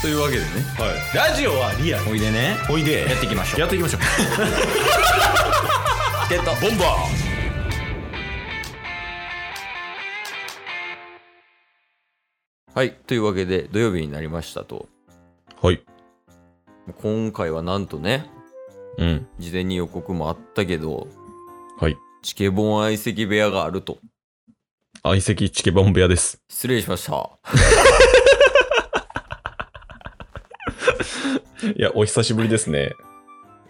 というわけでねはい、ラジオはリアルおいでねおいでやっていきましょうやっていきましょうってたボンバはいというわけで土曜日になりましたとーはい今回はなんとねうん事前に予告もあったけどはいチケボン相席部屋があると相席チケボン部屋です失礼しましたいやお久しぶりですね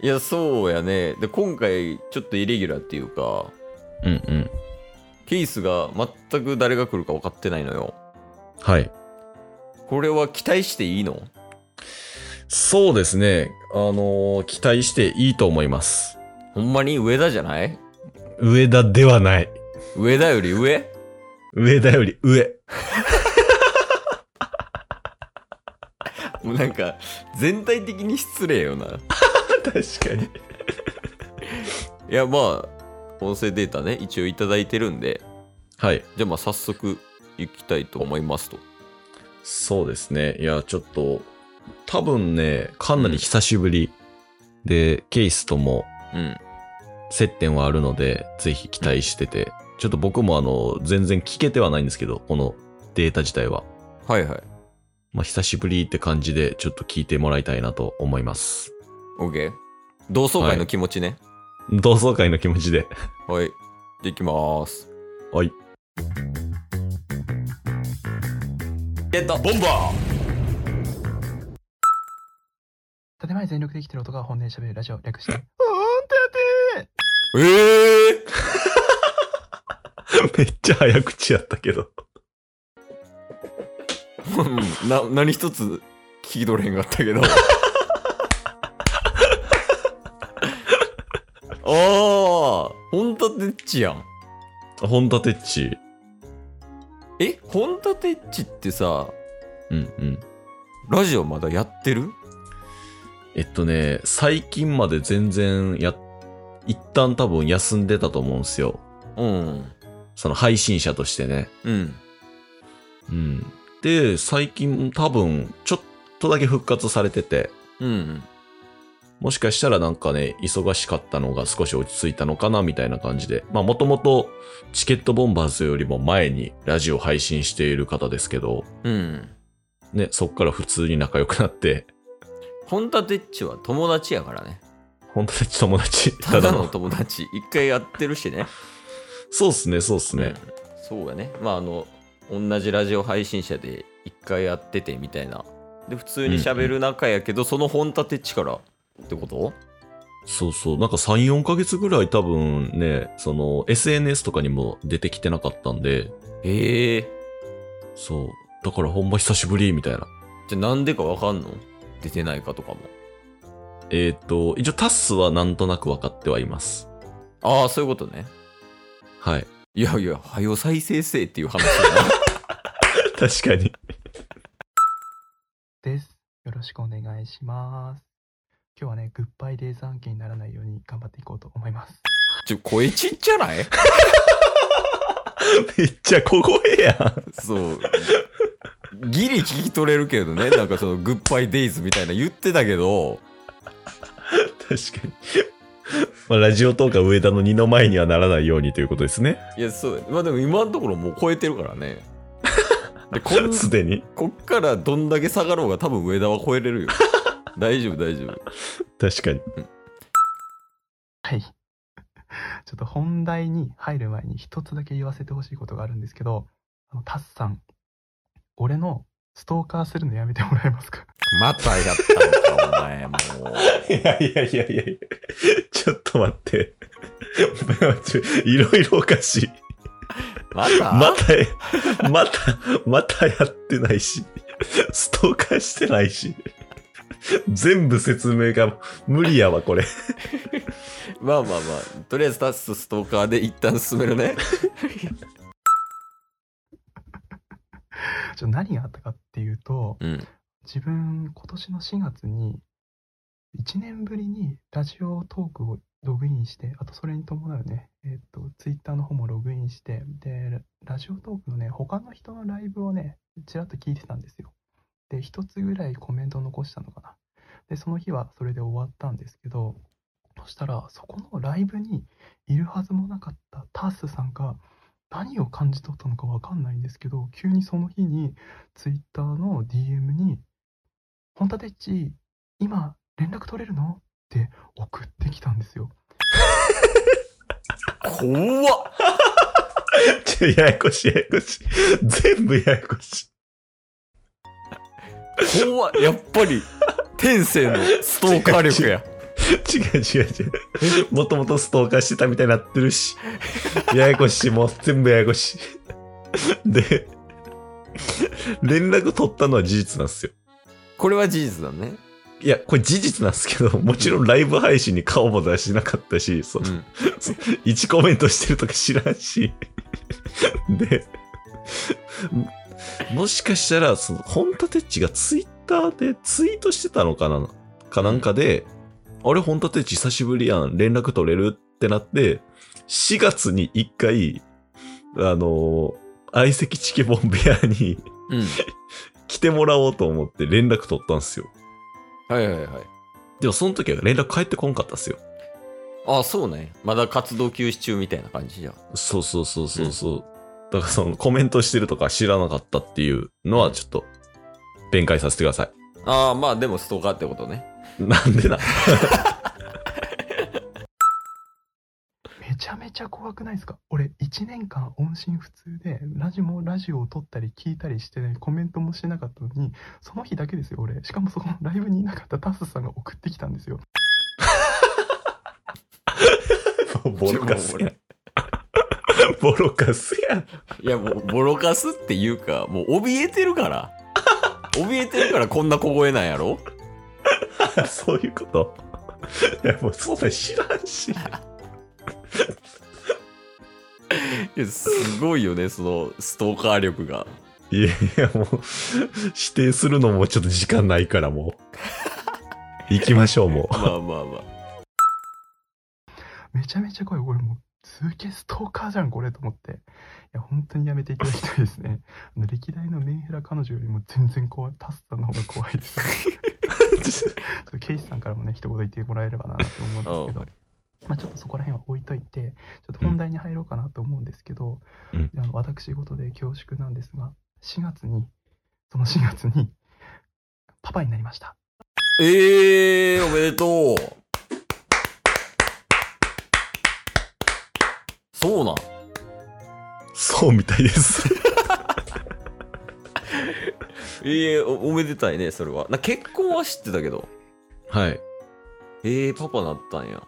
いやそうやねで今回ちょっとイレギュラーっていうかうんうんケースが全く誰が来るか分かってないのよはいこれは期待していいのそうですねあのー期待していいと思いますほんまに上田じゃない上田ではない上田より上上田より上もうなんか全体的に失礼よな確かにいやまあ音声データね一応いただいてるんではいじゃあまあ早速行きたいと思いますとそうですねいやちょっと多分ねかなり久しぶり、でケイスともうん接点はあるので、ぜひ期待してて、ちょっと僕もあの、全然聞けてはないんですけど、このデータ自体は。はいはいまあ、久しぶりって感じで、ちょっと聞いてもらいたいなと思います。 OK 同窓会の気持ちね同窓会の気持ちで。 はい、じゃあ行きますはい。ゲットボンバ建前全力で生きてる男が本音で喋るラジオ略して。ええーめっちゃ早口やったけど。うんな何一つ聞き取れへんかったけど ああ本田てっちやんホンダテッチ。え本田てっちってさうんうん。ラジオまだやってるえっとね、最近まで全然や、一旦多分休んでたと思うんですよ。うんその配信者としてね。うんうん。で、最近多分、ちょっとだけ復活されてて、うんもしかしたらなんかね、忙しかったのが少し落ち着いたのかなみたいな感じで。まあもともとチケットボンバーズよりも前にラジオ配信している方ですけど、うんね、そっから普通に仲良くなって、本田てっちは友達やからね本当に友達、ただの。友達一回やってるしねそうっすね、そうっすね。うんそうやねまああの同じラジオ配信者で一回やっててみたいなで普通に喋る仲やけど、その本立て力ってことそうそう。なんか3、4ヶ月ぐらい多分ね、その SNS とかにも出てきてなかったんで、へえそう。だからほんま久しぶりみたいな。じゃあなんでかわかんの出てないかとかもえっ、と、一応タッスはなんとなく分かってはいます。ああそういうことねはい。いやいや「はよ再生せ」っていう話だな 確かに。です。よろしくお願いします。今日はね、グッバイデイズ案件にならないように頑張っていこうと思います。ちょ声ちっちゃないめっちゃ小声やん。そうギリ聞き取れるけどねなんかその「グッバイデイズ」みたいな言ってたけど確かに。まあ、ラジオとか上田の二の前にはならないようにということですね。いやそうまあでも今のところもう超えてるからねでこん すでに。こっからどんだけ下がろうが多分上田は超えれ るよ大丈夫大丈夫確かに。はい。 ちょっと本題に入る前に一つだけ言わせてほしいことがあるんですけど、あの、タスさん、俺のストーカーするのやめてもらえますかまたやったのかお前もういやいやいやいやいや。ちょっと待って。 いろいろおかしい。また、また、また、またやってないし、ストーカーしてないし、全部説明が無理やわ、これ。まあまあまあとりあえずタスとストーカーで一旦進めるねちょっと何があったかっていうと、うん自分、今年の4月に、1年ぶりにラジオトークをログインして、あとそれに伴うね、えっ、と、ツイッターの方もログインして、で、ララジオトークのね、他の人のライブをね、ちらっと聞いてたんですよ。で一つぐらいコメントを残したのかなでその日はそれで終わったんですけどそしたらそこのライブにいるはずもなかったタッスさんが何を感じ取ったのかわかんないんですけど急にその日にツイッターの DM に「ホンタテッチ今連絡取れるの?」って送ってきたんですよ。怖っ ちょ、ややこしい、ややこしい。全部ややこしい。怖っやっぱり天性のストーカー力や違う違う違う。もともとストーカーしてたみたいになってるし。ややこしい、もう全部ややこしい。で、連絡取ったのは事実なんですよ。これは事実だねいや、これ事実なんですけど、もちろんライブ配信に顔も出してなかったし、その、うん1コメントしてるとか知らんし。 で、ももしかしたら、その、本田てっちがツイッターでツイートしてたのかなかなんかで、あれ、本田てっち久しぶりやん、連絡取れるってなって、4月に1回、あの相席チケボン部屋にうん来てもらおうと思って連絡取ったんですよ。はいはいはいでも、その時は連絡返ってこんかったっすよ。ああそうねまだ活動休止中みたいな感じじゃんそうそうそうそうそう。だからそのコメントしてるとか知らなかったっていうのはちょっと弁解させてくださああまあでもストーカーってことねい。なんでな。めちゃめちゃ怖くないですか俺1年間音信不通でラジもラジオを撮ったり聞いたりしてないコメントもしてなかったのにその日だけですよ俺しかもそこのライブにいなかったタスさんが送ってきたんですよボロカスやん。 ボロカスやん。いやもうボロカスっていうかもう怯えてるから怯えてるからこんな小声なんやろあそういうこと。いやもうそんなん知らんし。いやすごいよねそのストーカー力がいやいやもう否定するのもちょっと時間ないからもう。行きましょう もまあまあまあめちゃめちゃ怖い俺もうすげえストーカーじゃんこれと思っていや本当にやめていただきたいですねあの歴代のメンヘラ彼女よりも全然怖いタスさんの方が怖いですう。ちょっとケイシさんからもね一言言ってもらえればなと思うんですけど、まあ、ちょっとそこら辺は置いといてちょっと本題に入ろうかなと思うんですけど、うんあの私事で恐縮なんですが4月にその4月にパパになりましたええー、おめでとうそうなんそうみたいです。ええおおめでたいねそれはな結婚は知ってたけどはい。ええパパなったんや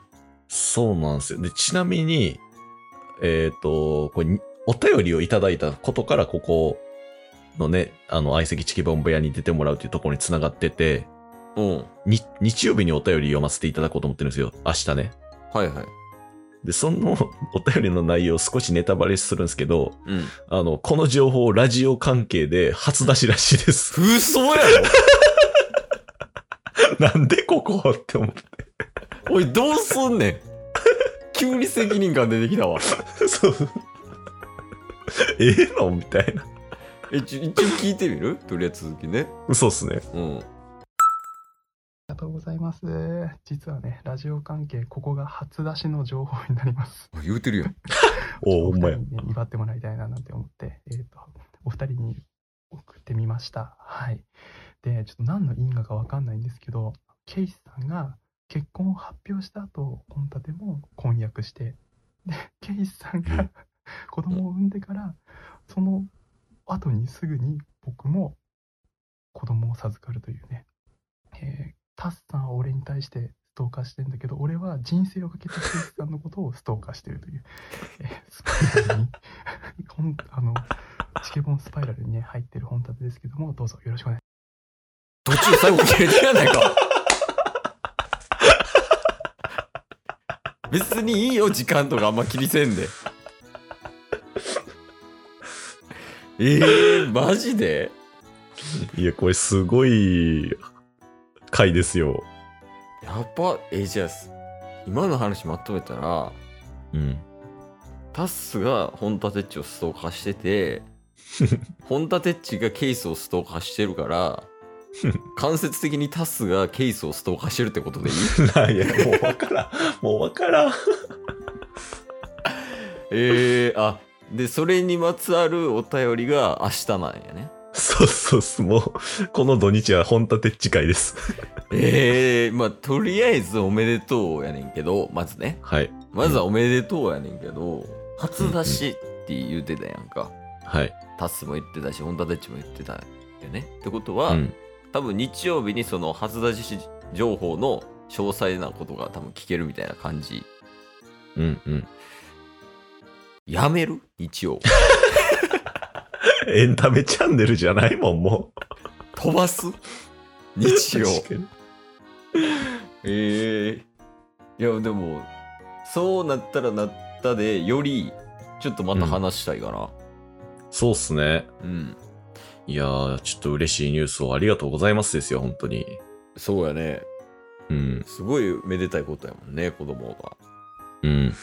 そうなんですよ。で、ちなみに、えっ、と、これに、お便りをいただいたことから、ここのね、あの、相席チキボン部屋に出てもらうというところに繋がってて、うんに日曜日にお便り読ませていただこうと思ってるんですよ。明日ね。はいはいで、その お便りの内容少しネタバレするんですけど、うんあの、この情報をラジオ関係で初出しらしいです。 嘘やろなんでここって思って。おいどうすんねん急に責任感出てきたわそう。 ええのみたいな。えち一応聞いてみるとりあえず続きね嘘っすね。うんありがとうございます実はねラジオ関係ここが初出しの情報になりますあ言うてるやんおお、おほん二人まや。にね祝ってもらいたいななんて思って、えー、とお二人に送ってみました。はい。で、ちょっと何の因果かわかんないんですけど、ケイシさんが結婚を発表した後、コンタテも婚約して、で、ケイシさんうが子供を産んでから、その後にすぐに僕も子供を授かるというね、えータスさんは俺に対してストーカーしてんだけど、俺は人生をかけてケイシさんのことをストーカーしてるという、えースパイラルに、 ほんあの、チケボンスパイラルにね、入ってる本立てですけども、どうぞよろしくお願いします。途中最後切れてやないか別にいいよ時間とかあんま気にせんでえー、マジでいや、これすごい回ですよ。やっぱえーじゃあ今の話まとめたら うん。タスが本立てっちをストーカーしてて本立てっちがケースをストーカーしてるから間接的にタスがケイスをストーカーしてるってことでいいなんや、もうわからん。もうわからん。えー、あでそれにまつわるお便りが明日なんやねそうそうそう。もう、この土日は本立てっち会です。ええまあとりあえずおめでとうやねんけどまずねはい。まずはおめでとうやねんけど、初出しって言うてたやんか、はい。タスも言ってたし本田たちも言ってたよねってことは、うん。多分日曜日にその初出し情報の詳細なことが多分聞けるみたいな感じうんうん。やめる日曜エンタメチャンネルじゃないもん、も飛ばすう。日曜確かにええいやでもそうなったらなったでよりちょっとまた話したいかなそうっすね。うん、いやー、ちょっと嬉しいニュースをありがとうございますですよ、本当に。そうやねうん。すごいめでたいことやもんね子供がうん。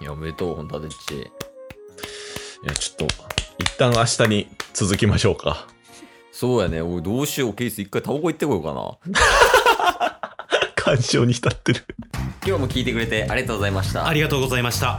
いやおめでとう本田でっちいや、ちょっと、一旦明日に続きましょう か。そうやねおいどうしようケース一回タバコ行ってこようかな感傷に浸ってる。今日も聞いてくれてありがとうございましたありがとうございました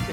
す